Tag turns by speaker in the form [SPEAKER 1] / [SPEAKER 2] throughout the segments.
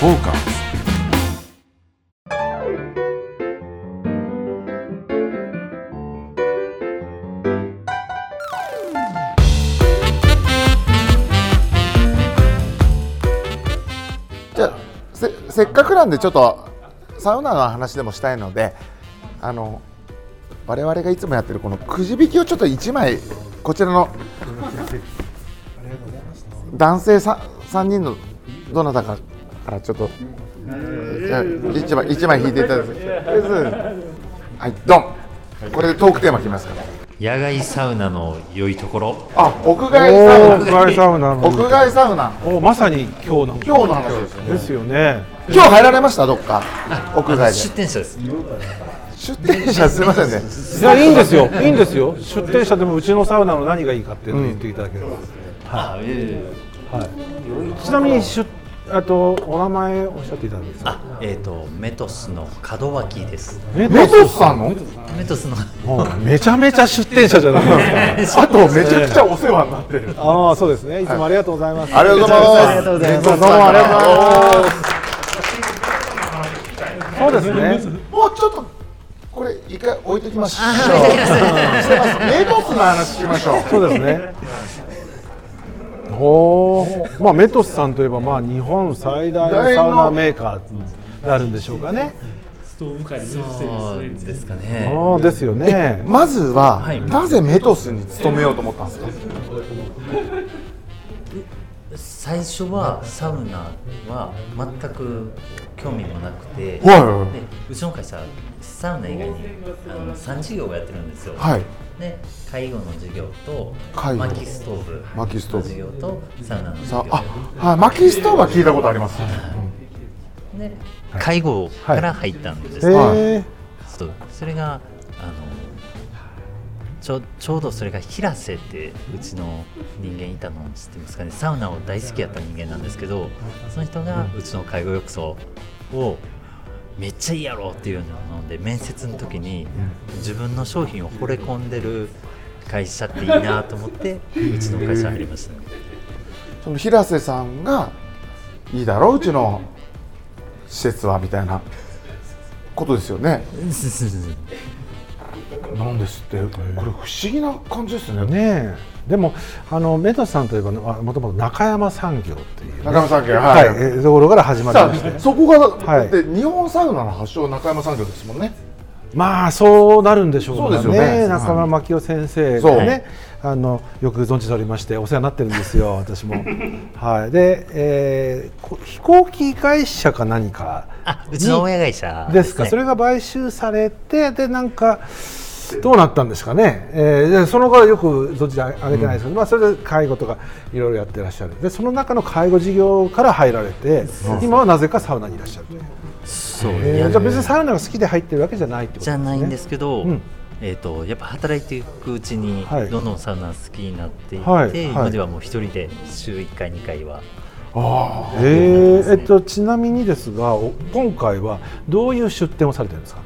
[SPEAKER 1] フォーカスじゃあせせっかくなんでちょっとサウナの話でもしたいのであの我々がいつもやってるこのくじ引きをちょっと1枚こちらの男性さ3人のどなたかからちょっとじゃあ1枚一枚引いていただいてはいドンこれでトークテーマきますから
[SPEAKER 2] 野外サウナの良いところ
[SPEAKER 1] あ屋外
[SPEAKER 3] おお、
[SPEAKER 1] サウ
[SPEAKER 3] 屋
[SPEAKER 1] ナ
[SPEAKER 3] 外サウナの。
[SPEAKER 1] 屋外サウナ
[SPEAKER 3] おまさに今日なん
[SPEAKER 1] 今日の話ですよ
[SPEAKER 3] ですよね。
[SPEAKER 1] 今日入られましたどっか屋外で
[SPEAKER 2] 出店者です
[SPEAKER 1] 出店者すみませんね
[SPEAKER 3] いや、いいん ですよ。いいんですよ。出店者でもうちのサウナの何がいいかっていうのを言っていただければ。
[SPEAKER 2] あいえいえ
[SPEAKER 3] ちなみに、出、あと、お名前おっしゃっていただけますか。
[SPEAKER 2] あえっ、とメトスの門脇です
[SPEAKER 3] メ
[SPEAKER 1] メトスさんの
[SPEAKER 2] メトスの
[SPEAKER 3] めちゃめちゃ出店者じゃないですか。
[SPEAKER 1] あとめちゃくちゃお世話になってる
[SPEAKER 3] ああ、そうですね。いつもありがとうございます。
[SPEAKER 1] ありがとうございますありがとうございますどうもありがとうございます
[SPEAKER 3] そうですね。
[SPEAKER 1] もうちょっとこれ一回置いときましょうしてますメトスの話しましょう
[SPEAKER 3] そうですね。おお、まあメトスさんといえばまあ日本最大のサウナメーカーになるんでしょうかね。
[SPEAKER 2] そうですかね
[SPEAKER 3] ああですよね。
[SPEAKER 1] まずは、
[SPEAKER 2] はい
[SPEAKER 1] なぜメトスに勤めようと思ったんですか
[SPEAKER 2] 最初はサウナは全く興味もなくて、
[SPEAKER 1] は
[SPEAKER 2] でうちの会社サウナ以外にあの3事業をやってるんですよ、
[SPEAKER 1] はい
[SPEAKER 2] で介護の事業と
[SPEAKER 1] 介護
[SPEAKER 2] 薪ストーブ
[SPEAKER 1] 薪ストーブ
[SPEAKER 2] の事業とサウナの事
[SPEAKER 1] さ
[SPEAKER 2] 業
[SPEAKER 1] ああ薪ストーブは聞いたことあります
[SPEAKER 2] で介護から入ったんです、
[SPEAKER 3] へえ。
[SPEAKER 2] そうそれがあのちょちょうどそれが平瀬ってうちの人間いたの知ってますかねサウナを大好きやった人間なんですけどその人がうちの介護浴槽をめっちゃいいやろっていうので面接の時に自分の商品を惚れ込んでる会社っていいなと思ってうちの会社入りました、
[SPEAKER 1] その平瀬さんがいいだろううちの施設はみたいなことですよねなんですってこれ不思議な感じですね
[SPEAKER 3] ねえ。でもあのメトスさんといえばもともと中山産業っていうね、
[SPEAKER 1] 中山産業
[SPEAKER 3] は
[SPEAKER 1] はい
[SPEAKER 3] い、えーところから始まり
[SPEAKER 1] さ
[SPEAKER 3] まして
[SPEAKER 1] あ。そこが、
[SPEAKER 3] はい
[SPEAKER 1] で日本サウナの発祥中山産業ですもんね
[SPEAKER 3] まあそうなるんでしょう
[SPEAKER 1] そうですよ
[SPEAKER 3] ね
[SPEAKER 1] ね
[SPEAKER 3] 中村真紀夫先生
[SPEAKER 1] そう
[SPEAKER 3] がねあのよく存じておりましてお世話になってるんですよ私もはいで、えーこ飛行機会社か何か
[SPEAKER 2] あうちの親会社
[SPEAKER 3] ですか
[SPEAKER 2] ね
[SPEAKER 3] それが買収されてでなんかどうなったんですかね、えーでその後はよく存じ上げてないですけど、まあ、それで介護とかいろいろやってらっしゃるでその中の介護事業から入られて今はなぜかサウナにいらっしゃるという、
[SPEAKER 2] そう
[SPEAKER 3] えーじゃあ別にサウナが好きで入ってるわけじゃないってこと
[SPEAKER 2] じゃないんですけど、
[SPEAKER 3] うん
[SPEAKER 2] えー、とやっぱ働いていくうちに
[SPEAKER 3] はい
[SPEAKER 2] どんどんサウナ好きになっていって、
[SPEAKER 3] はいはい
[SPEAKER 2] 今ではもう一人で週1回2回は
[SPEAKER 1] あ
[SPEAKER 3] えーえっと、ちなみにですがお今回はどういう出店をされてるんですか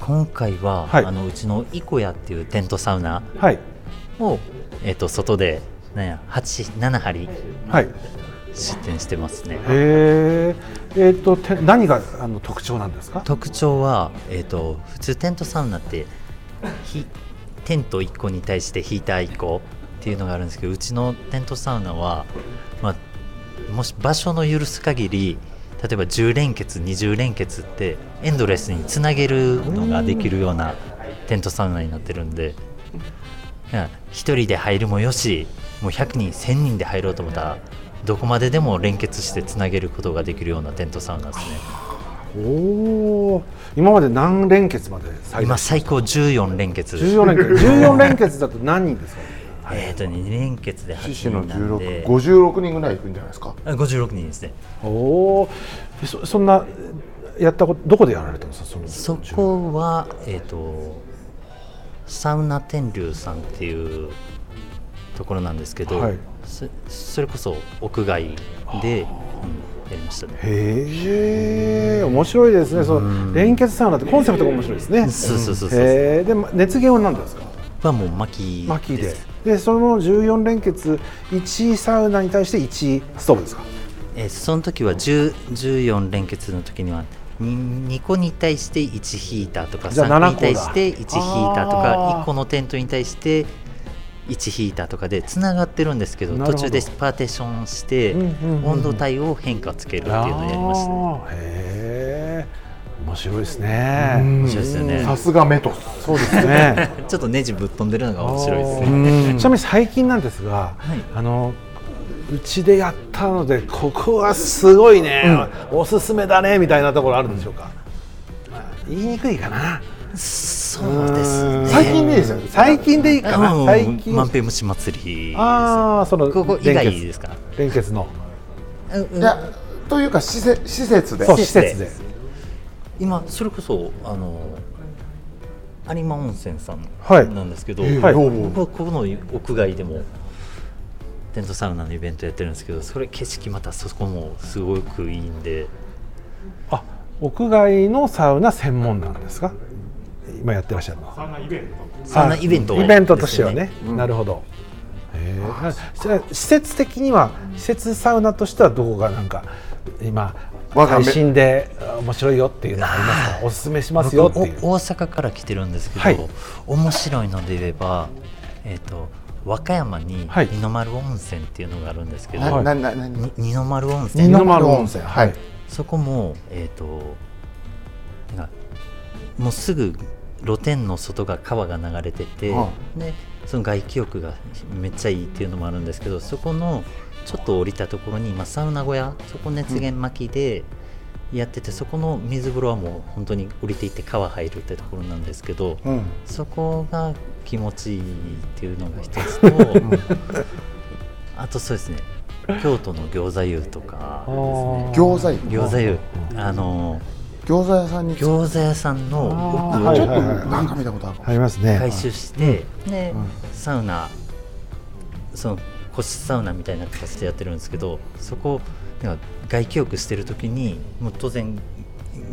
[SPEAKER 2] 今回は、
[SPEAKER 3] はい
[SPEAKER 2] あのうちのイコヤっていうテントサウナ
[SPEAKER 3] はい
[SPEAKER 2] を、えー、と外でなんや87針
[SPEAKER 3] はい
[SPEAKER 2] 出店してますね
[SPEAKER 3] えーえっとて何があの特徴なんですか
[SPEAKER 2] 特徴は、えー、と普通テントサウナってひテント1個に対してヒーター1個っていうのがあるんですけどうちのテントサウナは、まあ、もし場所の許す限り例えば10連結20連結ってエンドレスにつなげるのができるようなテントサウナになってるんで1人で入るもよしもう100人1000人で入ろうと思ったらどこまででも連結してつなげることができるようなテントサウナですね。
[SPEAKER 3] おおー今まで何連結まで最
[SPEAKER 2] 今
[SPEAKER 3] 大
[SPEAKER 2] 最高14連結
[SPEAKER 3] 14連 結14連結だと何人ですか
[SPEAKER 2] えっ、と2連結で8
[SPEAKER 1] 獅子
[SPEAKER 2] 人
[SPEAKER 1] の
[SPEAKER 2] なんで
[SPEAKER 1] 16 56人ぐらいいくんじゃないですか
[SPEAKER 2] あ56人ですね
[SPEAKER 3] おおそそんなやったことどこでやられたんですかその
[SPEAKER 2] そこはえっ、とサウナ天竜さんっていうところなんですけど、
[SPEAKER 3] はい
[SPEAKER 2] そそれこそ屋外で、うんやりましたね
[SPEAKER 3] へえ面白いですねその連結サウナってコンセプトが面白いですね
[SPEAKER 2] そうそうそうそう
[SPEAKER 3] へーでま熱源は何ですか
[SPEAKER 2] はもう薪
[SPEAKER 3] 巻きで
[SPEAKER 2] です
[SPEAKER 3] でその14連結1サウナに対して1ストーブですか
[SPEAKER 2] えーその時は10 14連結の時には 2, 個に対して1ヒーターとか
[SPEAKER 3] じゃあ
[SPEAKER 2] 3個に
[SPEAKER 3] 7個だ
[SPEAKER 2] 対して1ヒーターと
[SPEAKER 3] あ
[SPEAKER 2] か
[SPEAKER 3] ー
[SPEAKER 2] 1個のテントに対して1ヒーターとかでつながってるんですけど
[SPEAKER 3] なるほど
[SPEAKER 2] 途中でパーテーションして
[SPEAKER 3] うんうんうんうん
[SPEAKER 2] 温度帯を変化つけるっていうのをやりましたね。
[SPEAKER 3] あーへえ面白いですね、
[SPEAKER 2] 面白いですよね
[SPEAKER 1] さすがメトス
[SPEAKER 3] そうですね
[SPEAKER 2] ちょっとネジぶっ飛んでるの が面白いですね。
[SPEAKER 3] ねちなみに最近なんですが、
[SPEAKER 2] い
[SPEAKER 3] あのうちでやったのでここはすごいね、おすすめだねみたいなところあるんでしょうか、まあ言いにくいかな
[SPEAKER 2] そうですね。
[SPEAKER 1] 最近でいいですよね
[SPEAKER 3] 最近でいいかな、
[SPEAKER 2] うん
[SPEAKER 3] 最近
[SPEAKER 2] 万平虫祭りですね。
[SPEAKER 3] ああその
[SPEAKER 2] ここ以
[SPEAKER 3] 連
[SPEAKER 2] 外
[SPEAKER 3] 結
[SPEAKER 2] ですか。
[SPEAKER 3] 連結の
[SPEAKER 2] うんうん
[SPEAKER 1] いやというか施設施設で
[SPEAKER 3] そう施
[SPEAKER 2] 施設で
[SPEAKER 3] 設で
[SPEAKER 2] 今それこそあの有馬温泉さん
[SPEAKER 3] はい
[SPEAKER 2] なんですけど、
[SPEAKER 1] ええ
[SPEAKER 3] はい
[SPEAKER 1] どうも
[SPEAKER 2] 僕はここの屋外でもテントサウナのイベントやってるんですけどそれ景色またそこもすごくいいんで
[SPEAKER 3] あ屋外のサウナ専門なんですか今やってらっしゃるのは
[SPEAKER 2] サウナイベントを
[SPEAKER 3] イベントとしては
[SPEAKER 2] で
[SPEAKER 3] ね
[SPEAKER 2] す、
[SPEAKER 3] なるほどへえじゃあ施設的には施設サウナとしてはどこがなんか今
[SPEAKER 1] わかめ
[SPEAKER 3] 配信であ面白いよっていうのがありますかおすすめしますよっ
[SPEAKER 2] 僕
[SPEAKER 3] て
[SPEAKER 2] お
[SPEAKER 3] いう
[SPEAKER 2] 大阪から来てるんですけど、
[SPEAKER 3] はい
[SPEAKER 2] 面白いので言えば、えー、と和歌山に
[SPEAKER 3] はい
[SPEAKER 2] 二の丸温泉っていうのがあるんですけど、
[SPEAKER 1] な
[SPEAKER 3] はい
[SPEAKER 1] ななな
[SPEAKER 2] に二の丸温
[SPEAKER 3] 二
[SPEAKER 2] 泉
[SPEAKER 3] の丸温泉
[SPEAKER 1] は
[SPEAKER 3] はいい
[SPEAKER 2] そこも、えー、となんかもうすぐ露天の外が川が流れてて、
[SPEAKER 1] は
[SPEAKER 2] でその外気浴がめっちゃいいっていうのもあるんですけどそこのちょっと降りたところに今サウナ小屋そこ熱源巻きでやってて、そこの水風呂はもう本当に降りていって川入るってところなんですけど、
[SPEAKER 1] うん
[SPEAKER 2] そこが気持ちいいっていうのが一つとあとそうですね京都の餃子湯とかですね。
[SPEAKER 1] 餃子
[SPEAKER 2] 餃子湯あの
[SPEAKER 1] 餃子屋さんにちょっ
[SPEAKER 2] 餃子屋さんの
[SPEAKER 3] あーはい
[SPEAKER 1] と
[SPEAKER 3] はいはい
[SPEAKER 1] なんか見たことあるかも
[SPEAKER 3] ありますね
[SPEAKER 2] 回収して、で、サウナその個室サウナみたいな形でやってるんですけどそこなんか外気浴してる時にもう当然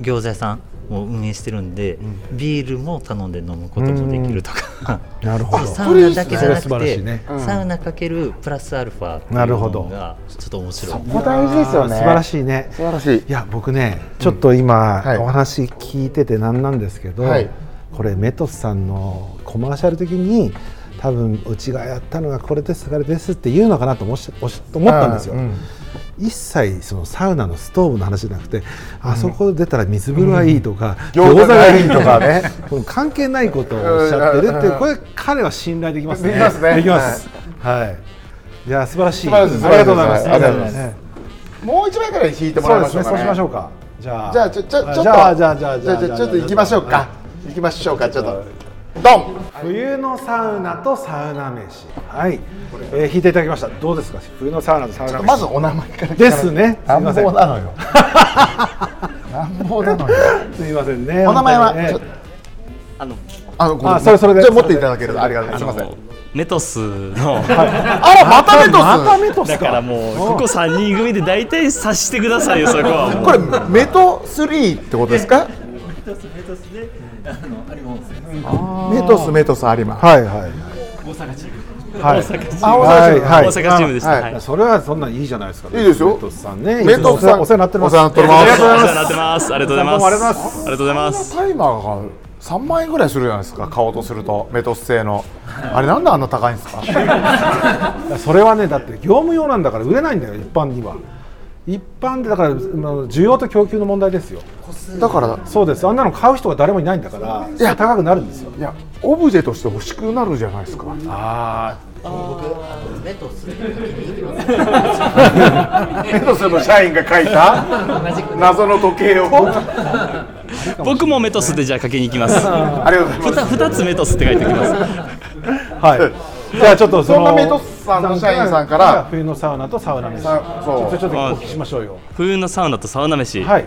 [SPEAKER 2] 餃子屋さんも運営してるんで、ビールも頼んで飲むこともできると か、
[SPEAKER 3] なるほど
[SPEAKER 2] サウナだけじゃな
[SPEAKER 3] そ
[SPEAKER 2] く
[SPEAKER 3] れ
[SPEAKER 2] て、
[SPEAKER 3] いいっすねそ
[SPEAKER 1] れ素晴らしいねうん
[SPEAKER 2] サウナかけるプラスアルファってい
[SPEAKER 3] な
[SPEAKER 2] う
[SPEAKER 3] るほど
[SPEAKER 2] のがちょっと面白い
[SPEAKER 1] ここ大事ですよね
[SPEAKER 3] 素晴ら
[SPEAKER 1] い
[SPEAKER 3] しいね
[SPEAKER 1] 素晴らしい
[SPEAKER 3] いや僕ねちょっと今、
[SPEAKER 1] はい
[SPEAKER 3] お話聞いててなんなんですけど、
[SPEAKER 1] はい
[SPEAKER 3] これメトスさんのコマーシャル的に多分うちがやったのがこれですこれですって言うのかなと思しおし思ったんですよ、
[SPEAKER 1] うん
[SPEAKER 3] 一切そのサウナのストーブの話じゃなくて、あそこ出たら水風呂はいいとか、
[SPEAKER 1] うん
[SPEAKER 3] 餃子がいいと
[SPEAKER 1] 餃子
[SPEAKER 3] か
[SPEAKER 1] がいい
[SPEAKER 3] ね
[SPEAKER 1] と
[SPEAKER 3] この関係ないことをおっしゃってるって
[SPEAKER 1] う
[SPEAKER 3] い
[SPEAKER 1] ん
[SPEAKER 3] うこれ彼は信頼できますね
[SPEAKER 1] できますね
[SPEAKER 3] できますはいじゃあ素晴らしい
[SPEAKER 1] 素晴らしい素
[SPEAKER 3] あ
[SPEAKER 1] 晴
[SPEAKER 3] りが
[SPEAKER 1] らしい
[SPEAKER 3] とうございます
[SPEAKER 1] ありがとうございます
[SPEAKER 3] ね
[SPEAKER 1] もう一枚ぐらい引いても
[SPEAKER 3] そ
[SPEAKER 1] らいうま
[SPEAKER 3] で
[SPEAKER 1] し
[SPEAKER 3] す
[SPEAKER 1] ょ
[SPEAKER 3] ね。
[SPEAKER 1] うか
[SPEAKER 3] そう
[SPEAKER 1] ね
[SPEAKER 3] しましょうか。じゃあ、
[SPEAKER 1] じゃあちょちょちょっと
[SPEAKER 3] じゃあじゃあじゃあ
[SPEAKER 1] じゃあじゃあちょっと行きましょうか行きましょうかちょっとドン
[SPEAKER 3] 冬のサウナとサウナ飯。はい。えー、引いていただきました。どうですか。冬のサウナとサウナ飯。
[SPEAKER 1] まずお名前から
[SPEAKER 3] ですね。すみ
[SPEAKER 1] 乱
[SPEAKER 3] ません
[SPEAKER 1] 暴。なのよ乱暴なのよ
[SPEAKER 3] すみませんね。
[SPEAKER 1] お名前は
[SPEAKER 3] 本当にね
[SPEAKER 1] ちょっと
[SPEAKER 4] あの、
[SPEAKER 1] あのごめん
[SPEAKER 3] あそれそれで
[SPEAKER 1] じゃあ持っていただけるとありがとうございますすいません
[SPEAKER 4] メトス の、
[SPEAKER 1] あらまたメトス
[SPEAKER 3] またメトス
[SPEAKER 4] だから
[SPEAKER 3] か。
[SPEAKER 4] もう、ここ3人組で大体察してくださいよ、そこはもう。
[SPEAKER 1] これメト3ってことですかメトスメトス有馬
[SPEAKER 3] はいはい。大阪チーム。はい。はいは
[SPEAKER 4] 大
[SPEAKER 3] い。
[SPEAKER 4] 阪チームでした。
[SPEAKER 1] はい
[SPEAKER 4] はい。
[SPEAKER 3] それはそんなんいいじゃないですか。
[SPEAKER 1] いいですよ
[SPEAKER 3] メトスさんね。
[SPEAKER 1] メトスさん
[SPEAKER 3] お世話になってます。
[SPEAKER 1] お世話になっておりま
[SPEAKER 3] あり
[SPEAKER 1] す
[SPEAKER 3] がとうござい
[SPEAKER 4] お世話になってます。ありがとうござい
[SPEAKER 3] どう
[SPEAKER 4] ます。
[SPEAKER 3] もありがとうございます
[SPEAKER 4] ありがとうございます。
[SPEAKER 1] タイマーが3万円ぐらいするじゃないですか買おうとするとメトス製のあれなんであんな高いんですか
[SPEAKER 3] ます。それはねだって業務用なんだから売れないんだよ一般には。一般でだからあの需要と供給の問題ですよ。
[SPEAKER 1] だから
[SPEAKER 3] そうですあんなの買う人が誰もいないんだから
[SPEAKER 1] や
[SPEAKER 3] 高くなるんですよ
[SPEAKER 1] いやオブジェとして欲しくなるじゃないですか
[SPEAKER 3] あ
[SPEAKER 2] 目とする
[SPEAKER 1] メトスの社員が書いた謎の時計をあ
[SPEAKER 4] 僕もメトスでじゃあかけに行きます。
[SPEAKER 1] りがとうございます
[SPEAKER 4] ふた二つメトスって書いておきます。
[SPEAKER 3] あはいじゃあちょっとその
[SPEAKER 1] そんなメトスさんの社員さんから
[SPEAKER 3] 冬のサウナとサウナ飯ちょ
[SPEAKER 1] さそ
[SPEAKER 3] っと
[SPEAKER 1] う
[SPEAKER 3] ちょっとお聞きしましょうよ
[SPEAKER 4] 冬のサウナとサウナ飯、
[SPEAKER 3] はい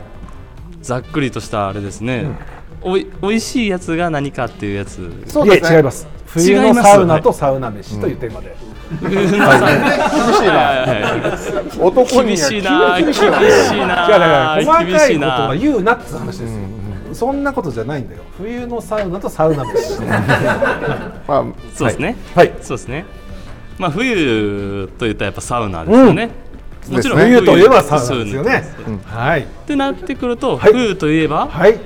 [SPEAKER 4] ざっくりとしたあれですね。おい、美味しいやつが何かっていうやつ。
[SPEAKER 1] そう
[SPEAKER 3] い
[SPEAKER 1] ですね
[SPEAKER 3] え違います冬のサウナとサウナ飯というテーマで
[SPEAKER 4] はいはい
[SPEAKER 1] 厳しいな
[SPEAKER 4] はい
[SPEAKER 1] 男には
[SPEAKER 4] 厳しいな
[SPEAKER 1] 厳
[SPEAKER 4] 厳
[SPEAKER 1] し
[SPEAKER 4] し
[SPEAKER 1] い
[SPEAKER 4] い
[SPEAKER 1] な
[SPEAKER 3] 違うだから
[SPEAKER 4] な
[SPEAKER 3] 細
[SPEAKER 4] 厳
[SPEAKER 3] か
[SPEAKER 4] し
[SPEAKER 3] い
[SPEAKER 4] い
[SPEAKER 3] ことは
[SPEAKER 4] な
[SPEAKER 3] 言うなって話ですよそんなことじゃないんだよ冬のサウナとサウナ飯
[SPEAKER 1] まあ
[SPEAKER 4] そうですね。
[SPEAKER 3] はい
[SPEAKER 4] そうですね。まあ冬といったらやっぱサウナですよね。もちろん
[SPEAKER 1] ですね
[SPEAKER 3] 冬といえばサウ
[SPEAKER 4] そう
[SPEAKER 3] ナですよね
[SPEAKER 4] そう。
[SPEAKER 3] うんはい
[SPEAKER 4] ってなってくると、
[SPEAKER 3] い
[SPEAKER 4] 冬といえば、や
[SPEAKER 3] はい
[SPEAKER 4] っ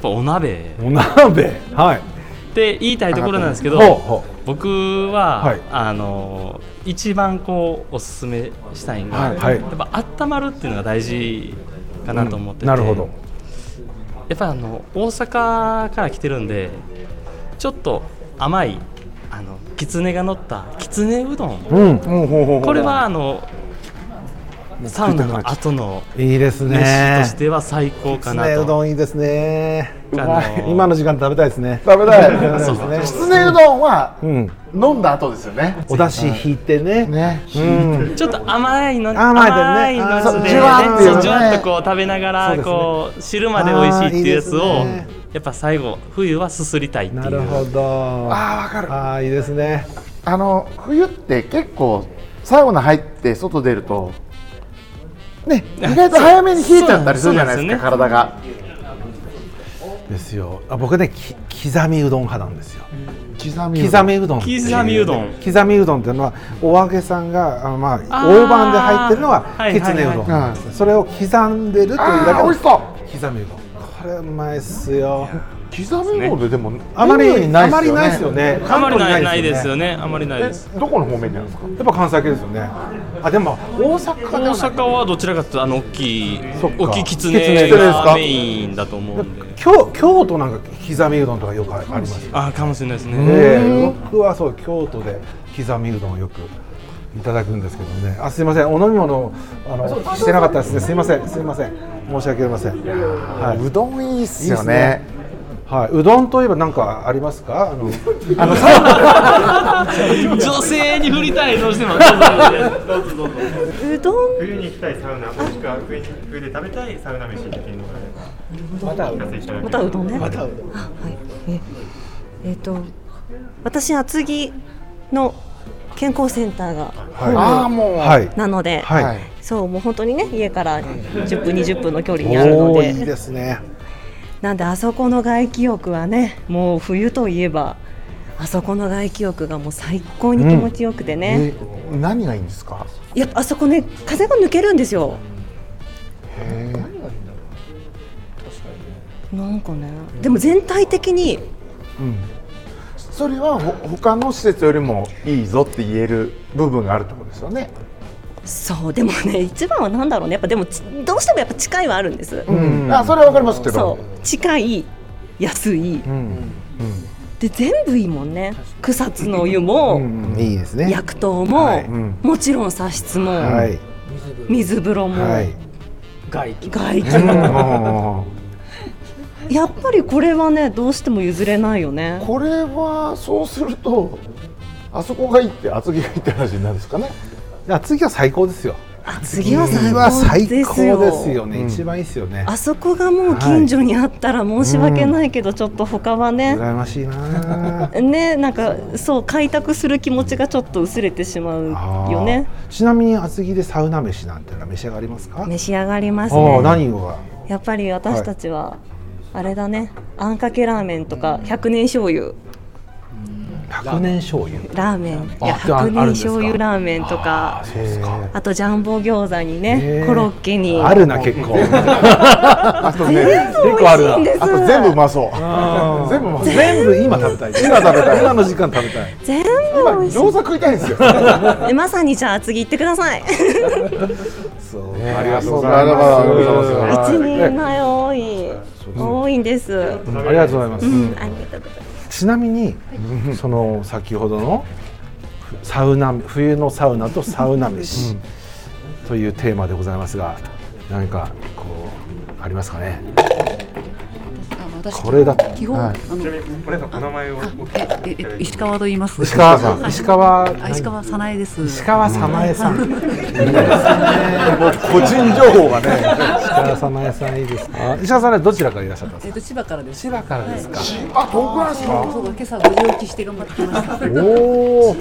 [SPEAKER 4] ぱお鍋
[SPEAKER 3] お鍋はい
[SPEAKER 4] って言いたいところなんですけど、
[SPEAKER 3] ほうほ
[SPEAKER 4] 僕は、
[SPEAKER 3] はい
[SPEAKER 4] あの一番こうおすすめしたいのが、
[SPEAKER 3] はいはい
[SPEAKER 4] やっぱ温まるっていうのが大事かなと思ってて、
[SPEAKER 3] なるほど
[SPEAKER 4] やっぱあの大阪から来てるんでちょっと甘いあのきつねが乗ったきつねうどん
[SPEAKER 3] うん
[SPEAKER 4] これはあのサウナの後の
[SPEAKER 3] いいです
[SPEAKER 4] 飯
[SPEAKER 3] ね
[SPEAKER 4] としては最高かな
[SPEAKER 3] きつねう
[SPEAKER 4] と
[SPEAKER 3] どんいいですね
[SPEAKER 4] あのー
[SPEAKER 3] うまい今の時間食べたいですね
[SPEAKER 1] 食べたい
[SPEAKER 3] そう
[SPEAKER 1] きつねうどんは
[SPEAKER 3] うん
[SPEAKER 1] 飲んだ後ですよね
[SPEAKER 3] お出汁引いてね
[SPEAKER 1] ね
[SPEAKER 3] うん
[SPEAKER 4] ちょっと甘いの
[SPEAKER 3] 甘いでね
[SPEAKER 4] い
[SPEAKER 3] あー
[SPEAKER 4] ので
[SPEAKER 1] そうじゅわーっていうね
[SPEAKER 4] そうじゅわっとこう食べながら
[SPEAKER 3] そうですね
[SPEAKER 4] こう汁まで美味しいっていうやつ
[SPEAKER 3] あ
[SPEAKER 4] を
[SPEAKER 3] ーいいですね
[SPEAKER 4] やっぱ最後冬はすすりたいっていう
[SPEAKER 3] なるほど
[SPEAKER 1] あーわかる
[SPEAKER 3] あーいいですね
[SPEAKER 1] あの冬って結構サウナ入って外出るとね意外と早めに冷えちゃったりするじゃないですか
[SPEAKER 4] そう
[SPEAKER 1] 体が
[SPEAKER 3] ですよあ僕ねき刻みうどん派なんですよ
[SPEAKER 1] 刻み
[SPEAKER 3] 刻みうどんっていう
[SPEAKER 4] 刻みうどん
[SPEAKER 3] 刻みうどんっていうのはお揚げさんがあのま
[SPEAKER 4] あ
[SPEAKER 3] あ
[SPEAKER 4] ー
[SPEAKER 3] 大判で入ってるのが
[SPEAKER 4] はい
[SPEAKER 3] きつねうどんなんですよそれを刻んでるというだ
[SPEAKER 1] あ
[SPEAKER 3] け
[SPEAKER 1] あ
[SPEAKER 3] の
[SPEAKER 1] 美味しそう
[SPEAKER 3] 刻みうどんこれうまいっすよ
[SPEAKER 1] 刻みうどんででも
[SPEAKER 3] あまり
[SPEAKER 1] メニューにない
[SPEAKER 3] あまりないですよね
[SPEAKER 4] あまりないない
[SPEAKER 3] 関東に
[SPEAKER 4] ですよねあまりない
[SPEAKER 1] え
[SPEAKER 4] です
[SPEAKER 1] どこの方面にあるんですか
[SPEAKER 3] やっぱ関西系ですよねあでも大阪で
[SPEAKER 4] 大
[SPEAKER 3] はない
[SPEAKER 4] 阪はどちらかというとあの大きい
[SPEAKER 3] そっか
[SPEAKER 4] 大きいきつ
[SPEAKER 3] きつ
[SPEAKER 4] ね
[SPEAKER 3] ねですか
[SPEAKER 4] がメインだと思うんで
[SPEAKER 3] 京京都なんか刻みうどんとかよくありますよ
[SPEAKER 4] あーかもしれないですね、
[SPEAKER 3] ええ僕はそう京都で刻みうどんをよくいただくんですけどねあすいませんお飲み物をあのお聞きしてなかったですねすいませんすいません申し訳ありませんはい、
[SPEAKER 1] うどんいいっすよね
[SPEAKER 3] はい、うどんといえば何かありますかあ の
[SPEAKER 4] 女性に振りたいどうしても
[SPEAKER 5] うどん
[SPEAKER 6] 冬に行きたいサウナもしくは冬に冬で食べたいサウナ飯っていうのがあればお聞かせいただけ
[SPEAKER 5] ま
[SPEAKER 6] ま
[SPEAKER 5] たうどんねあはいええーと私厚木の健康センターが
[SPEAKER 1] ああ
[SPEAKER 3] は
[SPEAKER 1] もう
[SPEAKER 3] い、はい
[SPEAKER 5] なので、
[SPEAKER 3] はい
[SPEAKER 1] はい
[SPEAKER 5] そうもう本当にね家から10分20分の距離にあるの
[SPEAKER 3] おー
[SPEAKER 5] で
[SPEAKER 3] いいですね
[SPEAKER 5] なんであそこの外気浴はねもう冬といえばあそこの外気浴がもう最高に気持ちよくてね、
[SPEAKER 1] え何がいいんですか
[SPEAKER 5] いやあそこね風が抜けるんですよなんかねでも全体的に
[SPEAKER 1] それはほ他の施設よりもいいぞって言える部分があるってことですよね
[SPEAKER 5] そうでもね一番はなんだろうねやっぱでもちどうしてもやっぱ近いはあるんです、
[SPEAKER 1] うんあそれはわかりますけど
[SPEAKER 5] そう近い安い、
[SPEAKER 3] うん、
[SPEAKER 5] で全部いいもんね草津のお湯も、
[SPEAKER 3] うん、いいですね
[SPEAKER 5] 薬湯も、
[SPEAKER 3] はいうん
[SPEAKER 5] もちろん茶室も、
[SPEAKER 3] はい
[SPEAKER 5] 水風呂も、
[SPEAKER 3] はい
[SPEAKER 5] 外気も
[SPEAKER 1] うん
[SPEAKER 5] やっぱりこれはねどうしても譲れないよね
[SPEAKER 1] これはそうするとあそこがいいって厚木がいいって話になるんですかね
[SPEAKER 3] じゃあ次は最高ですよ
[SPEAKER 5] あ次は最
[SPEAKER 3] 次は最
[SPEAKER 5] 高で
[SPEAKER 3] 高
[SPEAKER 5] すよ
[SPEAKER 3] ですよね、一番いいですよね
[SPEAKER 5] あそこがもう近所にあったら申し訳ないけど、ちょっと他はね、
[SPEAKER 3] 羨ましいな
[SPEAKER 5] ねなんかそう開拓する気持ちがちょっと薄れてしまう
[SPEAKER 3] あー
[SPEAKER 5] よね
[SPEAKER 3] ちなみに厚木でサウナ飯なんてのは召し上がりますか、
[SPEAKER 5] 召し上がります
[SPEAKER 3] ああ
[SPEAKER 5] ね
[SPEAKER 3] 何が
[SPEAKER 5] やっぱり私たちは、あれだねあんかけラーメンとか百年醤油
[SPEAKER 3] 百年醤油
[SPEAKER 5] ラーメンいや
[SPEAKER 3] あじゃあ
[SPEAKER 5] 百
[SPEAKER 3] あるんで
[SPEAKER 5] 年
[SPEAKER 3] すか
[SPEAKER 5] 醤油ラーメンとか
[SPEAKER 3] そうですか
[SPEAKER 5] あとジャンボ餃子にねコロッケに
[SPEAKER 3] あるな結構
[SPEAKER 1] あと
[SPEAKER 5] 全
[SPEAKER 1] ね
[SPEAKER 5] 部美味しいんです
[SPEAKER 1] あと全部うまそう全部うまそう
[SPEAKER 3] 全部今食べたい今食べたい今の時間食べたい
[SPEAKER 5] 全
[SPEAKER 1] 今
[SPEAKER 5] 部美味し
[SPEAKER 1] 餃子食いたいんですよ
[SPEAKER 5] いまさにじゃあ厚木行ってください
[SPEAKER 3] そう、
[SPEAKER 1] ありがとう
[SPEAKER 3] ご
[SPEAKER 1] ご
[SPEAKER 3] ざ
[SPEAKER 1] ざ
[SPEAKER 3] い
[SPEAKER 1] い
[SPEAKER 3] ま
[SPEAKER 1] ますす
[SPEAKER 5] 一人前多い多いんですう
[SPEAKER 3] ありがとうございます、
[SPEAKER 5] んありがとうございます
[SPEAKER 3] ちなみに、その先ほどのサウナ冬のサウナとサウナ飯、というテーマでございますが何かこうありますかね
[SPEAKER 7] あ私
[SPEAKER 3] これだ
[SPEAKER 7] 基本、
[SPEAKER 1] はい
[SPEAKER 7] あの
[SPEAKER 6] ちなみにお姉さんお名前をお聞き
[SPEAKER 7] えええ石川と言います。
[SPEAKER 3] 石川さん石川
[SPEAKER 7] あ石川さないです。
[SPEAKER 3] 石川さまえさん。
[SPEAKER 1] 個人情報がね
[SPEAKER 3] 石川さまえさんいいですか。石川さんはどちらからいらっしゃったんです
[SPEAKER 7] えっと千葉からです。千葉
[SPEAKER 3] か。からですか。
[SPEAKER 1] あ遠くなんですか
[SPEAKER 7] そうだ今朝ご乗起きして頑張ってきました。
[SPEAKER 3] おお。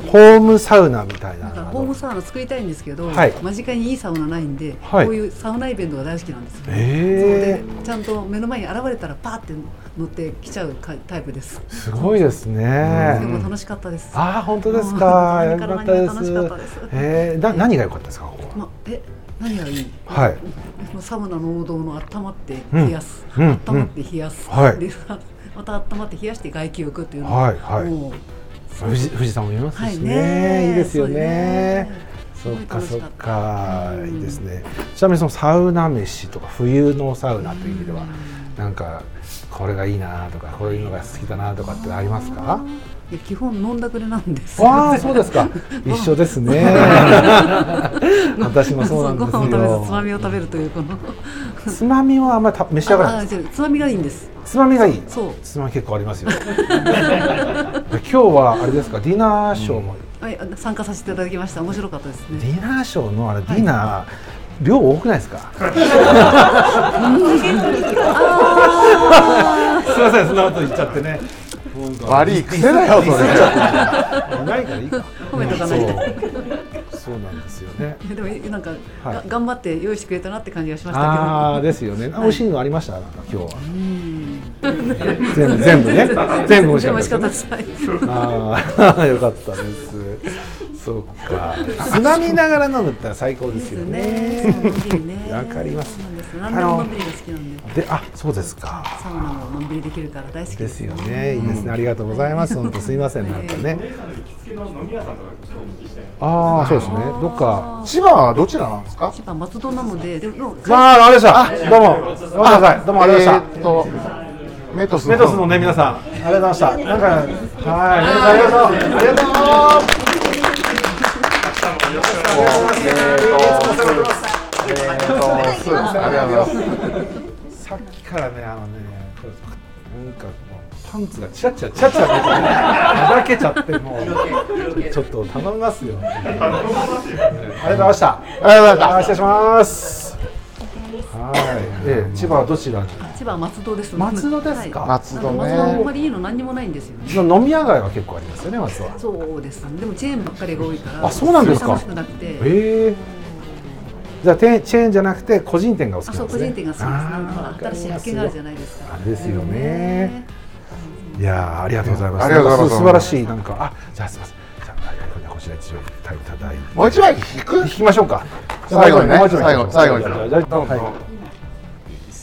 [SPEAKER 3] ホームサウナみたいな。
[SPEAKER 7] ホームサウナ作りたいんですけど、
[SPEAKER 3] はい
[SPEAKER 7] 間近にいいサウナないんで、
[SPEAKER 3] はい
[SPEAKER 7] こういうサウナイベントが大好きなんですよ。
[SPEAKER 3] え
[SPEAKER 7] でちゃんと目の前に現れたらパーって乗ってきちゃうかタイプです。
[SPEAKER 3] え。すごいです
[SPEAKER 7] でも
[SPEAKER 3] ね。
[SPEAKER 7] 楽しかったです。
[SPEAKER 3] ああ本当ですか。
[SPEAKER 7] うん
[SPEAKER 3] よかったです
[SPEAKER 7] 楽しかったです。
[SPEAKER 3] ええな何が良かったですかここ。
[SPEAKER 7] ま、え何がいい
[SPEAKER 3] はい
[SPEAKER 7] サウナの王道の温まって冷やす、
[SPEAKER 3] うんうん
[SPEAKER 7] 温まって冷やす、
[SPEAKER 3] はい
[SPEAKER 7] で さまた温まって冷やして外気浴っていうの
[SPEAKER 3] はいはい
[SPEAKER 7] もう
[SPEAKER 3] 富士富士山も見えますし
[SPEAKER 7] はい
[SPEAKER 3] ね,、
[SPEAKER 7] ね
[SPEAKER 3] い、いですよね
[SPEAKER 7] そ
[SPEAKER 3] そうっ
[SPEAKER 7] ね
[SPEAKER 3] かそっか、
[SPEAKER 7] うん
[SPEAKER 3] いいですねちなみにそのサウナ飯とか冬のサウナという意味では、なんかこれがいいなとかこういうのが好きだなとかってありますか
[SPEAKER 7] いや基本飲んだくれなんです
[SPEAKER 3] わあそうです か一緒ですね私もそうなんです
[SPEAKER 7] ご飯を食べずつまみ
[SPEAKER 3] よ
[SPEAKER 7] を食べるというこの
[SPEAKER 3] つまみはあんまりた召し上がら
[SPEAKER 7] あ
[SPEAKER 3] な
[SPEAKER 7] あ
[SPEAKER 3] い
[SPEAKER 7] 違うつまみがいいんです
[SPEAKER 3] つまみがいい
[SPEAKER 7] そう
[SPEAKER 3] つまみ結構ありますよ で今日はあれですかディナーショーも、
[SPEAKER 7] はいあ参加させていただきました面白かったです
[SPEAKER 3] デ
[SPEAKER 7] ね
[SPEAKER 3] ィナーショーのあれディナー、量多くないですか。すみません、そんなこと言っちゃってね。
[SPEAKER 1] 悪い癖だよそれ
[SPEAKER 3] ないからいいか。
[SPEAKER 7] 褒めとかないと
[SPEAKER 3] そう。そうなんですよね。
[SPEAKER 7] でもなんか、
[SPEAKER 3] はい
[SPEAKER 7] が頑張って用意してくれたなって感じがしましたけど
[SPEAKER 3] ああ、ですよね。あ美味しいのありました。なんか今日は。
[SPEAKER 7] うん
[SPEAKER 3] 全部、全部ね。全部美味し
[SPEAKER 7] 全
[SPEAKER 3] か
[SPEAKER 7] 部
[SPEAKER 3] っ
[SPEAKER 7] 美
[SPEAKER 3] た
[SPEAKER 7] 味
[SPEAKER 3] で
[SPEAKER 7] し
[SPEAKER 3] す
[SPEAKER 7] か
[SPEAKER 3] よ
[SPEAKER 7] っ
[SPEAKER 3] ね
[SPEAKER 7] た
[SPEAKER 3] あ
[SPEAKER 7] で。すはい
[SPEAKER 3] あ、よかったです。そっか。つまみながら飲むってのは最高ですよ
[SPEAKER 7] です
[SPEAKER 3] ね。
[SPEAKER 7] ね。
[SPEAKER 3] わかります
[SPEAKER 7] そうなんです。何でものんびりが好きなんで。
[SPEAKER 3] で、あ、そうですか。
[SPEAKER 7] サウナものんびりできるから大好き
[SPEAKER 3] で
[SPEAKER 7] ですす。
[SPEAKER 3] よね。いいですね。ありがとうございます。本当すいませんなんかね。ああ、そうですね。どっか。
[SPEAKER 1] 千葉はどちらなんですか
[SPEAKER 7] 千葉松戸なので、でも、
[SPEAKER 3] まあ、あれでした。どうも。ごめんなさい。どうもありがとうございました。
[SPEAKER 1] えーっとメトス
[SPEAKER 3] メトスのね、皆さん、ありがとうございました。なんか、はい、皆さんありがとう。あ
[SPEAKER 1] メトスありがとうございます
[SPEAKER 3] りがとう。さっきからね、あのね、なんかもう、パンツがチラチラチラチラ出てね、はだけちゃって、もう、ちょっと頼みますよ。ありがとうございました。ありがとうございました。失礼します。はい、ええ千葉はどちらに。
[SPEAKER 7] 千葉松戸です。
[SPEAKER 3] 松戸ですか
[SPEAKER 7] はい
[SPEAKER 1] 松戸
[SPEAKER 7] なんか松戸あんま
[SPEAKER 1] ね
[SPEAKER 7] りいいの何にもないんですよね。
[SPEAKER 3] 飲み屋街は結構ありますよね、松戸は。
[SPEAKER 7] そうですね。でもチェーンばっかりが多いから。
[SPEAKER 3] あそうなんですか
[SPEAKER 7] 楽しくなくて。
[SPEAKER 3] へえじゃあてチェーンじゃなくて個人店がお好き
[SPEAKER 7] あ、
[SPEAKER 3] な
[SPEAKER 7] そ
[SPEAKER 3] ん
[SPEAKER 7] う
[SPEAKER 3] です
[SPEAKER 7] 個
[SPEAKER 3] ね
[SPEAKER 7] 人店が好きです。なんかほら
[SPEAKER 3] あー
[SPEAKER 7] 新しい発見があるじゃないですか。
[SPEAKER 3] あれですよねいやーありがとうございます
[SPEAKER 1] ありがとうございま
[SPEAKER 3] なん
[SPEAKER 1] す
[SPEAKER 3] か素晴らしいなんかあじゃあすいませんじゃあはいこちら一応いただいて
[SPEAKER 1] もう一枚引く
[SPEAKER 3] 引きましょうか
[SPEAKER 1] 最後にね
[SPEAKER 3] もう一枚行きましょう
[SPEAKER 1] 最後に
[SPEAKER 3] じ
[SPEAKER 1] 最後
[SPEAKER 3] ゃあじゃあ
[SPEAKER 1] に
[SPEAKER 3] じゃあは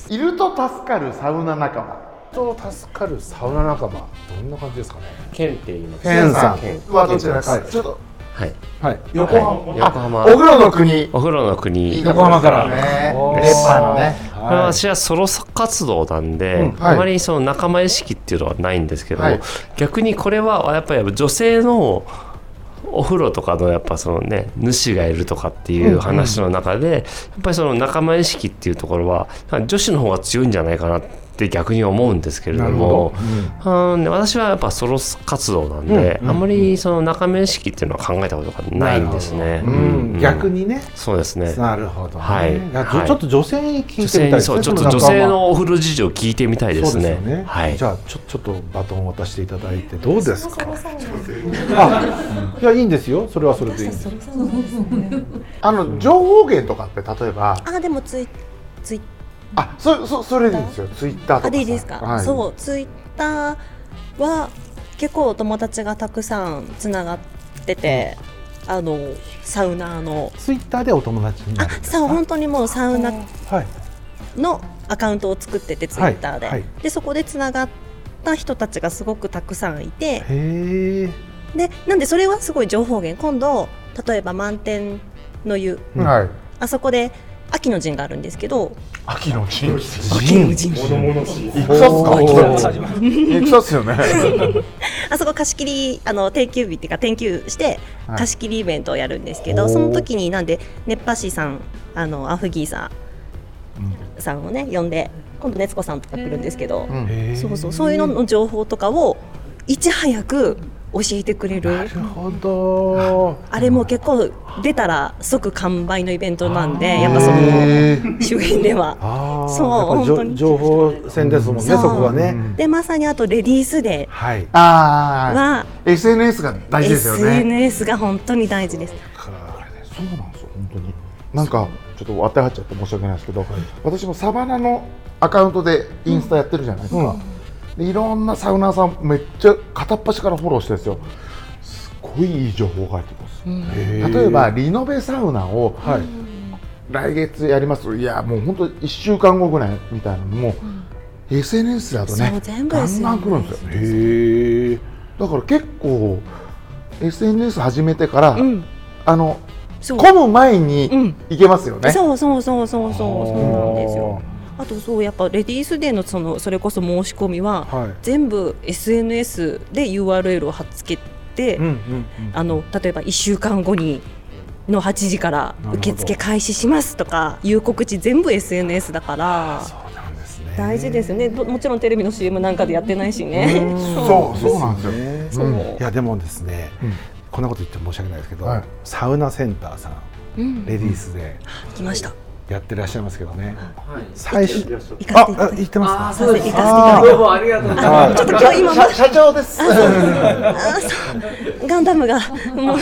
[SPEAKER 3] い
[SPEAKER 1] いると助かるサウナ仲間
[SPEAKER 3] 人を助かるサウナ仲間どんな感じですかね
[SPEAKER 8] ケンって言います。
[SPEAKER 3] ケンさん
[SPEAKER 8] ケン
[SPEAKER 1] はどちらですか
[SPEAKER 3] はい
[SPEAKER 1] ちょっと
[SPEAKER 8] はい。
[SPEAKER 3] はい
[SPEAKER 1] 横
[SPEAKER 8] はい横浜。
[SPEAKER 1] お風呂の国
[SPEAKER 8] お風呂の国。
[SPEAKER 1] 横浜からね
[SPEAKER 3] レ
[SPEAKER 1] レパのね
[SPEAKER 8] これは私はソロ活動なんで、
[SPEAKER 1] んはい
[SPEAKER 8] あまりその仲間意識っていうのはないんですけど、
[SPEAKER 1] はい
[SPEAKER 8] 逆にこれはやっぱり女性のお風呂とかのやっぱそのね主がいるとかっていう話の中で、やっぱりその仲間意識っていうところは女子の方が強いんじゃないかなって逆に思うんですけれど
[SPEAKER 3] なる
[SPEAKER 8] も
[SPEAKER 3] ほど、うん
[SPEAKER 8] うんで私はやっぱソロ活動なんで、あんまりその仲間意識っていうのは考えたことがないんですね。
[SPEAKER 3] うん
[SPEAKER 8] うん
[SPEAKER 3] 逆にね
[SPEAKER 8] そうですね
[SPEAKER 3] なるほどね
[SPEAKER 8] はい
[SPEAKER 3] やちょ
[SPEAKER 8] はい
[SPEAKER 3] ちょっと女性に聞い
[SPEAKER 8] 女
[SPEAKER 3] てみ
[SPEAKER 8] 性に
[SPEAKER 3] たいです
[SPEAKER 8] そ
[SPEAKER 3] ね
[SPEAKER 8] うちょっと
[SPEAKER 3] そ
[SPEAKER 8] 女
[SPEAKER 3] の仲間
[SPEAKER 8] 性のお風呂事情を聞いてみたいで
[SPEAKER 3] そう
[SPEAKER 8] す
[SPEAKER 3] です
[SPEAKER 8] ね。
[SPEAKER 3] よね。
[SPEAKER 8] はい
[SPEAKER 3] じ。ゃあちょちょっとバトンを渡していただいてどうですか。あ、いやいいんですよ。それはそれでいいんですよ。
[SPEAKER 1] あの情報源とかって例えば
[SPEAKER 5] あでもツイツイ
[SPEAKER 1] あそそそれでいいんですよツイッターとかさ
[SPEAKER 5] あでいいですか、
[SPEAKER 1] はい
[SPEAKER 5] そうツイッターは結構お友達がたくさんつながってて、あのサウナーの
[SPEAKER 3] ツイッターでお友達にな
[SPEAKER 5] あ
[SPEAKER 3] るんですか。
[SPEAKER 5] そう本当にもうサウナ
[SPEAKER 3] はい。
[SPEAKER 5] のアカウントを作っててツイッターで、
[SPEAKER 3] はいはい
[SPEAKER 5] でそこでつながった人たちがすごくたくさんいて
[SPEAKER 3] へえ。
[SPEAKER 5] でなんでそれはすごい情報源今度例えば満点の湯
[SPEAKER 3] うん
[SPEAKER 1] はい
[SPEAKER 5] あそこで秋の陣があるんですけど
[SPEAKER 1] 秋の陣
[SPEAKER 3] 人
[SPEAKER 1] 戦っすか戦っすよね
[SPEAKER 5] あそこ貸し切りあの定休日っていうか天休して
[SPEAKER 1] はい
[SPEAKER 5] 貸し切りイベントをやるんですけど、
[SPEAKER 3] おー
[SPEAKER 5] その時になんで熱波師さんあのアフギーさんさんをね呼んで今度熱子さんとか来るんですけど、
[SPEAKER 1] うん
[SPEAKER 3] へー
[SPEAKER 5] そうそうそういうのの情報とかをいち早く教えてくれ
[SPEAKER 3] な
[SPEAKER 5] る
[SPEAKER 3] る。ほど。
[SPEAKER 5] あれも結構出たら即完売のイベントなん
[SPEAKER 3] あ
[SPEAKER 5] で
[SPEAKER 3] ー
[SPEAKER 5] やっぱその
[SPEAKER 1] へー
[SPEAKER 5] 周辺では。
[SPEAKER 3] ああ。
[SPEAKER 5] そう
[SPEAKER 3] やっぱじょ
[SPEAKER 5] 本当に
[SPEAKER 3] 情報戦ですもんね。
[SPEAKER 5] そ
[SPEAKER 3] そ
[SPEAKER 5] う
[SPEAKER 3] こは
[SPEAKER 1] う
[SPEAKER 3] ね。
[SPEAKER 1] ん
[SPEAKER 5] でまさにあとレディースデ
[SPEAKER 3] はい。
[SPEAKER 5] ー
[SPEAKER 1] あ
[SPEAKER 5] は
[SPEAKER 1] あ SNS が大事ですよね
[SPEAKER 5] SNS が本当に大事です。
[SPEAKER 1] そうなんですよ本当になんかちょっと当てはっちゃって申し訳ないですけど私もサバナのアカウントでインスタやってるじゃないですかでいろんなサウナーさんめっちゃ片っ端からフォローしてるんですよすっごいいい情報が入ってきます、
[SPEAKER 3] へー
[SPEAKER 1] 例えばリノベサウナを
[SPEAKER 3] はい
[SPEAKER 1] 来月やりますいやもう本当1週間後ぐらいみたいなのも、SNS だとね
[SPEAKER 5] そう全部 SNS
[SPEAKER 1] ガンガン来るんですよ
[SPEAKER 3] へえ
[SPEAKER 1] だから結構 SNS 始めてから、
[SPEAKER 5] うん
[SPEAKER 1] あの
[SPEAKER 5] そう
[SPEAKER 1] 混む前
[SPEAKER 5] う
[SPEAKER 1] に
[SPEAKER 5] ん
[SPEAKER 1] 行けますよね、
[SPEAKER 5] そうそうそうそうそうそうなんですよあとそうやっぱレディースデーのそのそれこそ申し込みは、
[SPEAKER 3] はい
[SPEAKER 5] 全部 SNS で URL を貼っつけて、
[SPEAKER 3] うんうん
[SPEAKER 5] あの例えば1週間後にの8時から
[SPEAKER 3] ほど
[SPEAKER 5] 受付開始しますとかいう告知全部 SNS だから
[SPEAKER 3] そうなんですね
[SPEAKER 5] 大事ですよねどもちろんテレビの CM なんかでやってないしね。
[SPEAKER 1] そうそうなんですよ
[SPEAKER 3] ですよ、いやでもですね、こんなこと言って申し訳ないですけど、
[SPEAKER 1] はい
[SPEAKER 3] サウナセンターさん、レディースで
[SPEAKER 5] 来ました
[SPEAKER 3] やってらっしゃいますけどね、
[SPEAKER 6] はい
[SPEAKER 3] 最初
[SPEAKER 5] 行かせ
[SPEAKER 3] あ
[SPEAKER 5] ていた
[SPEAKER 3] あ
[SPEAKER 5] だいて
[SPEAKER 3] 行ってますか
[SPEAKER 7] そうです
[SPEAKER 3] あ
[SPEAKER 6] どうもありがとうございます。
[SPEAKER 3] あ
[SPEAKER 5] ちょっと今日今
[SPEAKER 1] 社社長です
[SPEAKER 5] ガンダ ムがもう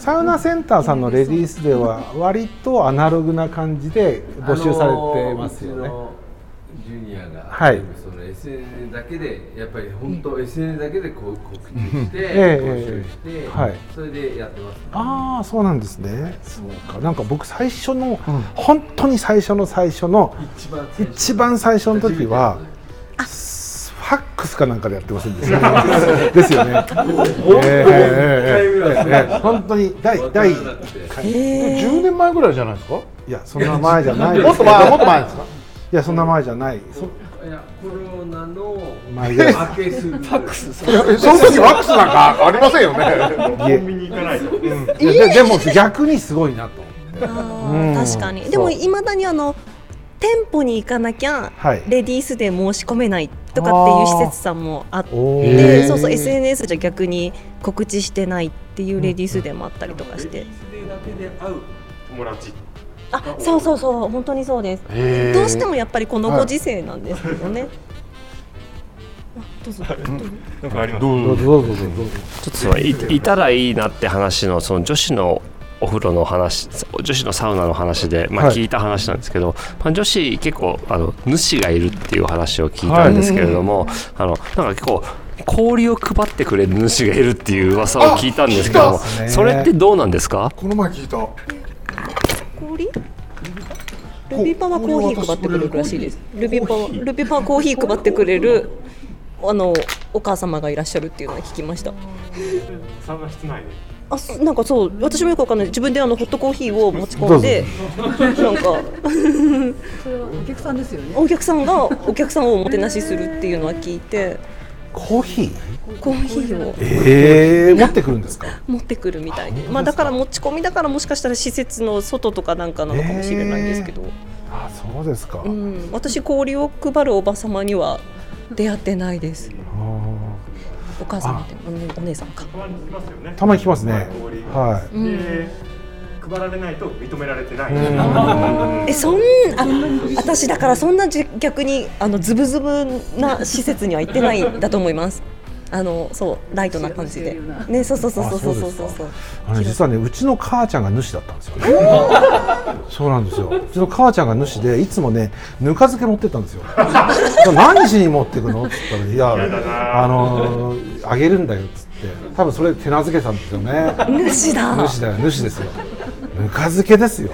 [SPEAKER 3] サウナセンターさんのレディースでは割とアナログな感じで募集されてますよね、
[SPEAKER 9] あのうちのジュニアが、
[SPEAKER 3] はい
[SPEAKER 9] その SNS だけでやっぱり本当 SNS だけでこう告知して、
[SPEAKER 3] ええ
[SPEAKER 9] 募集して、
[SPEAKER 3] はい
[SPEAKER 9] それでやってます。
[SPEAKER 3] ああそうなんですね。そうか。なんか僕最初の、本当に最初の最初の
[SPEAKER 9] 一番最初
[SPEAKER 3] 一番最初の時は
[SPEAKER 9] 初めてやった時
[SPEAKER 3] ファックスかなんかでやってませんでした。 ですよね。ええええええええ本当に第第
[SPEAKER 9] わからなくて
[SPEAKER 1] 10年前ぐらいじゃないですか
[SPEAKER 3] いやそんな前じゃない。
[SPEAKER 1] もっと前もっと前ですか
[SPEAKER 3] いやそんな前じゃない。そ
[SPEAKER 9] いやコロナの
[SPEAKER 3] 前です。
[SPEAKER 9] 明けすぐファックス
[SPEAKER 1] いやえその時ワックスなんかありませんよね
[SPEAKER 3] いえ
[SPEAKER 6] コンビニ行かないと。
[SPEAKER 3] いやででも逆にすごいなと。うん
[SPEAKER 5] 確かにでもいまだにあの店舗に行かなきゃ
[SPEAKER 3] はい
[SPEAKER 5] レディースで申し込めないとかっていう施設さんもあって
[SPEAKER 3] おー
[SPEAKER 1] へー
[SPEAKER 5] でそうそう SNS じゃ逆に告知してないっていうレディースデーもあったりとかして、
[SPEAKER 9] でだけで会う
[SPEAKER 6] 友達。
[SPEAKER 5] あそうそうそう本当にそうです
[SPEAKER 1] へー
[SPEAKER 5] どうしてもやっぱりこのご時世なんですよね、あどうぞ
[SPEAKER 6] なんかあります。
[SPEAKER 3] どうぞどうぞどうぞ。
[SPEAKER 8] ちょっとそのいいたらいいなって話のその女子のお風呂の話女子のサウナの話で、まあ、
[SPEAKER 3] はい
[SPEAKER 8] 聞いた話なんですけど、まあ、女子結構あの主がいるっていう話を聞いたんですけれども、あのなんか結構氷を配ってくれる主がいるっていう噂を聞いたんですけども
[SPEAKER 1] あ聞いた
[SPEAKER 3] っすね
[SPEAKER 8] それってどうなんですか
[SPEAKER 1] この前聞いた
[SPEAKER 5] 氷ルビパはコーヒー配ってくれるらしいですルビパはルビパはコーヒー配ってくれるあのお母様がいらっしゃるっていうのは聞きました
[SPEAKER 6] サウナ室内で。
[SPEAKER 5] あそなんかそう私もよくわかんない自分であのホットコーヒーを持ち込んでなんか
[SPEAKER 7] それはお客さんですよね
[SPEAKER 5] お客さんがお客さんをおもてなしするっていうのは聞いて
[SPEAKER 3] コーヒー？
[SPEAKER 5] コーヒーを
[SPEAKER 3] ええ持ってくるんですか？
[SPEAKER 5] 持ってくるみたいで、まあ、だから持ち込みだからもしかしたら施設の外とかなんかなのかもしれないんですけど、
[SPEAKER 3] あそうですか。
[SPEAKER 5] うん、私氷を配るおば様には出会ってないですお母様ってお,、お姉さんか
[SPEAKER 6] たまに来ますよね。
[SPEAKER 3] たまに来ますね。
[SPEAKER 6] 氷が
[SPEAKER 3] は
[SPEAKER 6] で配られないと認められてない。
[SPEAKER 5] えそんあ私だからそんなじ逆にあのズブズブな施設には行ってないんだと思いますあのそうライトな感じでねそうそうそうそうそうそうそうそう
[SPEAKER 3] い。あの実はねうちの母ちゃんが主だったんですよ、ね。そうなんですよ。うちの母ちゃんが主でいつもねぬか漬け持ってったんですよ。何しに持ってくのって言ったらいやあのーあげるんだよっつって多分それ手なずけたんですよね。
[SPEAKER 5] 主だ
[SPEAKER 3] 主だよ主ですよ。ぬか漬けです よ。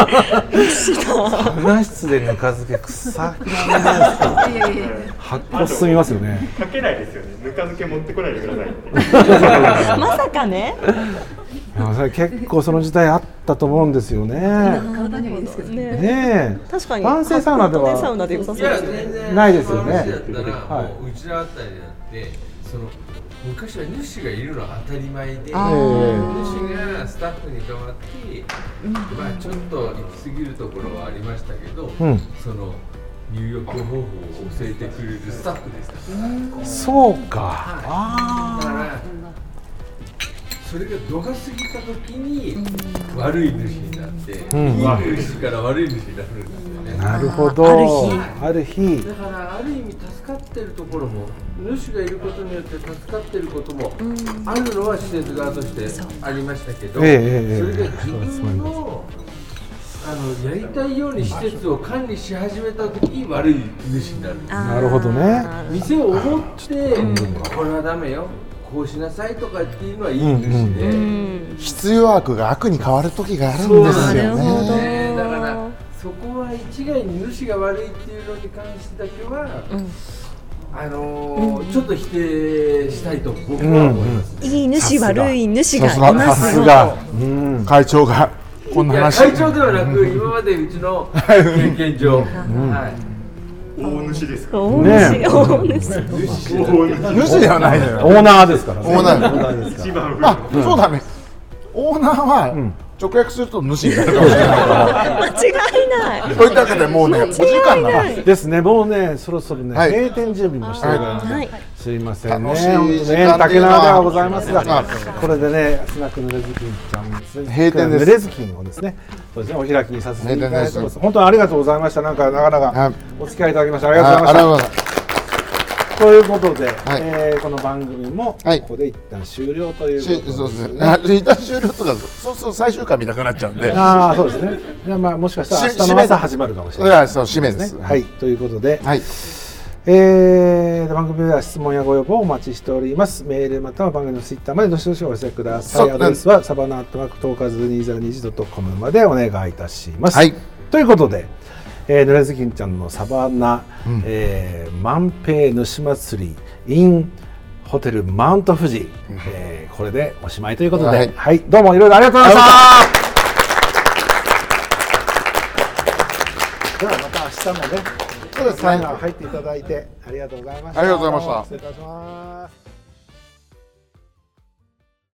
[SPEAKER 3] サウナ室でぬか漬け臭くない
[SPEAKER 7] いやいやいや
[SPEAKER 3] 発酵進みますよね。
[SPEAKER 6] かけないですよね。ぬか漬け持ってこないでくださいって。
[SPEAKER 5] まさかね
[SPEAKER 3] いやそれ結構その時代あったと思うんですよね。
[SPEAKER 7] 体にはいいですけどね
[SPEAKER 5] ね
[SPEAKER 3] ねえ。
[SPEAKER 5] 確かに
[SPEAKER 3] 男性サウナで
[SPEAKER 5] 男性サウ
[SPEAKER 3] は。
[SPEAKER 5] ナで良さそう
[SPEAKER 9] いや
[SPEAKER 5] ですね
[SPEAKER 9] 全然
[SPEAKER 3] ないですよね
[SPEAKER 9] その話だったら、
[SPEAKER 3] はい
[SPEAKER 9] もううちらあたりだってその昔は主がいるのは当たり前で主
[SPEAKER 3] あー
[SPEAKER 9] がスタッフに代わって、まあ、ちょっと行き過ぎるところはありましたけど、
[SPEAKER 3] ん
[SPEAKER 9] その入浴方法を教えてくれるスタッフですから、
[SPEAKER 3] そうか。
[SPEAKER 9] だからそれが度が過ぎた時に悪い主になって、
[SPEAKER 3] ん
[SPEAKER 9] いい主から悪い主になるんですよね。
[SPEAKER 3] なるほど。ある日。
[SPEAKER 9] だからある意味助かってるところも主がいることによって助かってることもあるのは施設側としてありましたけど、
[SPEAKER 3] ええええ
[SPEAKER 9] それが自分のあのやりたいように施設を管理し始めた時に悪い主になる
[SPEAKER 3] なるほどね。
[SPEAKER 9] 店を思って、これはダメよここうしなさいとかっていうのは言いですね、
[SPEAKER 1] 必要悪が悪に変わる時があるん
[SPEAKER 9] そう
[SPEAKER 1] で
[SPEAKER 9] なん
[SPEAKER 1] すよね。
[SPEAKER 9] ねだからそこは一概に主が悪いっていうのに関してだけは、あのーちょっと否定したいと僕は思います、
[SPEAKER 5] いい主悪い主
[SPEAKER 1] さす
[SPEAKER 5] が
[SPEAKER 1] が、
[SPEAKER 5] い
[SPEAKER 1] さ
[SPEAKER 5] ます
[SPEAKER 1] す
[SPEAKER 5] よ
[SPEAKER 1] が、会長がこんない
[SPEAKER 9] や
[SPEAKER 1] 話。
[SPEAKER 9] 会長ではなく今までうちの経験上、はい
[SPEAKER 6] 大主ですか。
[SPEAKER 5] 大
[SPEAKER 3] ねえ
[SPEAKER 5] 主大主
[SPEAKER 1] 主ではないのよ。
[SPEAKER 3] オーナーですからね
[SPEAKER 1] オーナー
[SPEAKER 3] ーですか
[SPEAKER 6] 一番上。
[SPEAKER 1] あ、そうだね。オーナーは直訳すると主になるかもしれないから。
[SPEAKER 5] 間違いない
[SPEAKER 1] といったわけでもうね、お時間なの。
[SPEAKER 3] らですねもうねそろそろね、
[SPEAKER 1] はい
[SPEAKER 3] 閉店準備もしてるからね、
[SPEAKER 5] はい
[SPEAKER 3] すいませんね
[SPEAKER 1] 楽しい
[SPEAKER 3] 本当
[SPEAKER 1] 時
[SPEAKER 3] ね
[SPEAKER 1] 間ってい
[SPEAKER 3] 竹
[SPEAKER 1] うのは
[SPEAKER 3] 縄ではございます
[SPEAKER 1] あ
[SPEAKER 3] がこれでねスナック濡れずきんちゃんですね
[SPEAKER 1] 閉店です
[SPEAKER 3] 濡れずきんをですねそうですねお開きにさせていただいてま
[SPEAKER 1] 閉店ですす
[SPEAKER 3] 本当にありがとうございましたなんかなかな
[SPEAKER 1] は
[SPEAKER 3] か
[SPEAKER 1] い
[SPEAKER 3] お付き合いいただきましてありがとう
[SPEAKER 1] あ
[SPEAKER 3] ご
[SPEAKER 1] あり
[SPEAKER 3] ざ
[SPEAKER 1] が
[SPEAKER 3] い
[SPEAKER 1] とう
[SPEAKER 3] ま
[SPEAKER 1] ご
[SPEAKER 3] した
[SPEAKER 1] ざいます。
[SPEAKER 3] ということで、
[SPEAKER 1] い
[SPEAKER 3] えーこの番組も
[SPEAKER 1] はい
[SPEAKER 3] ここで一旦終了という
[SPEAKER 1] し
[SPEAKER 3] こと
[SPEAKER 1] そう
[SPEAKER 3] で
[SPEAKER 1] ですす
[SPEAKER 3] ね
[SPEAKER 1] ね。あリーダー終了とか、そうすると最終回見なくなっちゃうんで。
[SPEAKER 3] ああそうですねじゃあまあもしかしたら
[SPEAKER 1] し
[SPEAKER 3] 明日の朝始まるかもし
[SPEAKER 1] そ
[SPEAKER 3] れ
[SPEAKER 1] れ
[SPEAKER 3] ない
[SPEAKER 1] はそう、使命
[SPEAKER 3] で
[SPEAKER 1] ですす。
[SPEAKER 3] ねはい。ということで、
[SPEAKER 1] はい。
[SPEAKER 3] えー番組では質問やご要望をお待ちしております。メールまたは番組のツイッターまでどしどしお寄せください。
[SPEAKER 1] そう
[SPEAKER 3] アドレスはサバナアットマークトーカーズ2020 .com までお願いいたします。
[SPEAKER 1] はい
[SPEAKER 3] ということで、えー、ぬれずきんちゃんのサバナ、えー万平主祭り in ホテルマウント富士、えーこれでおしまいということで、は
[SPEAKER 1] はいい、
[SPEAKER 3] どうもいろいろありがとうございました。ではまた明日もね、
[SPEAKER 1] そうです
[SPEAKER 3] サウナ
[SPEAKER 1] ね。
[SPEAKER 3] 入っていただいてありがとうございました。
[SPEAKER 1] ありがとうございました
[SPEAKER 3] 失礼いたします。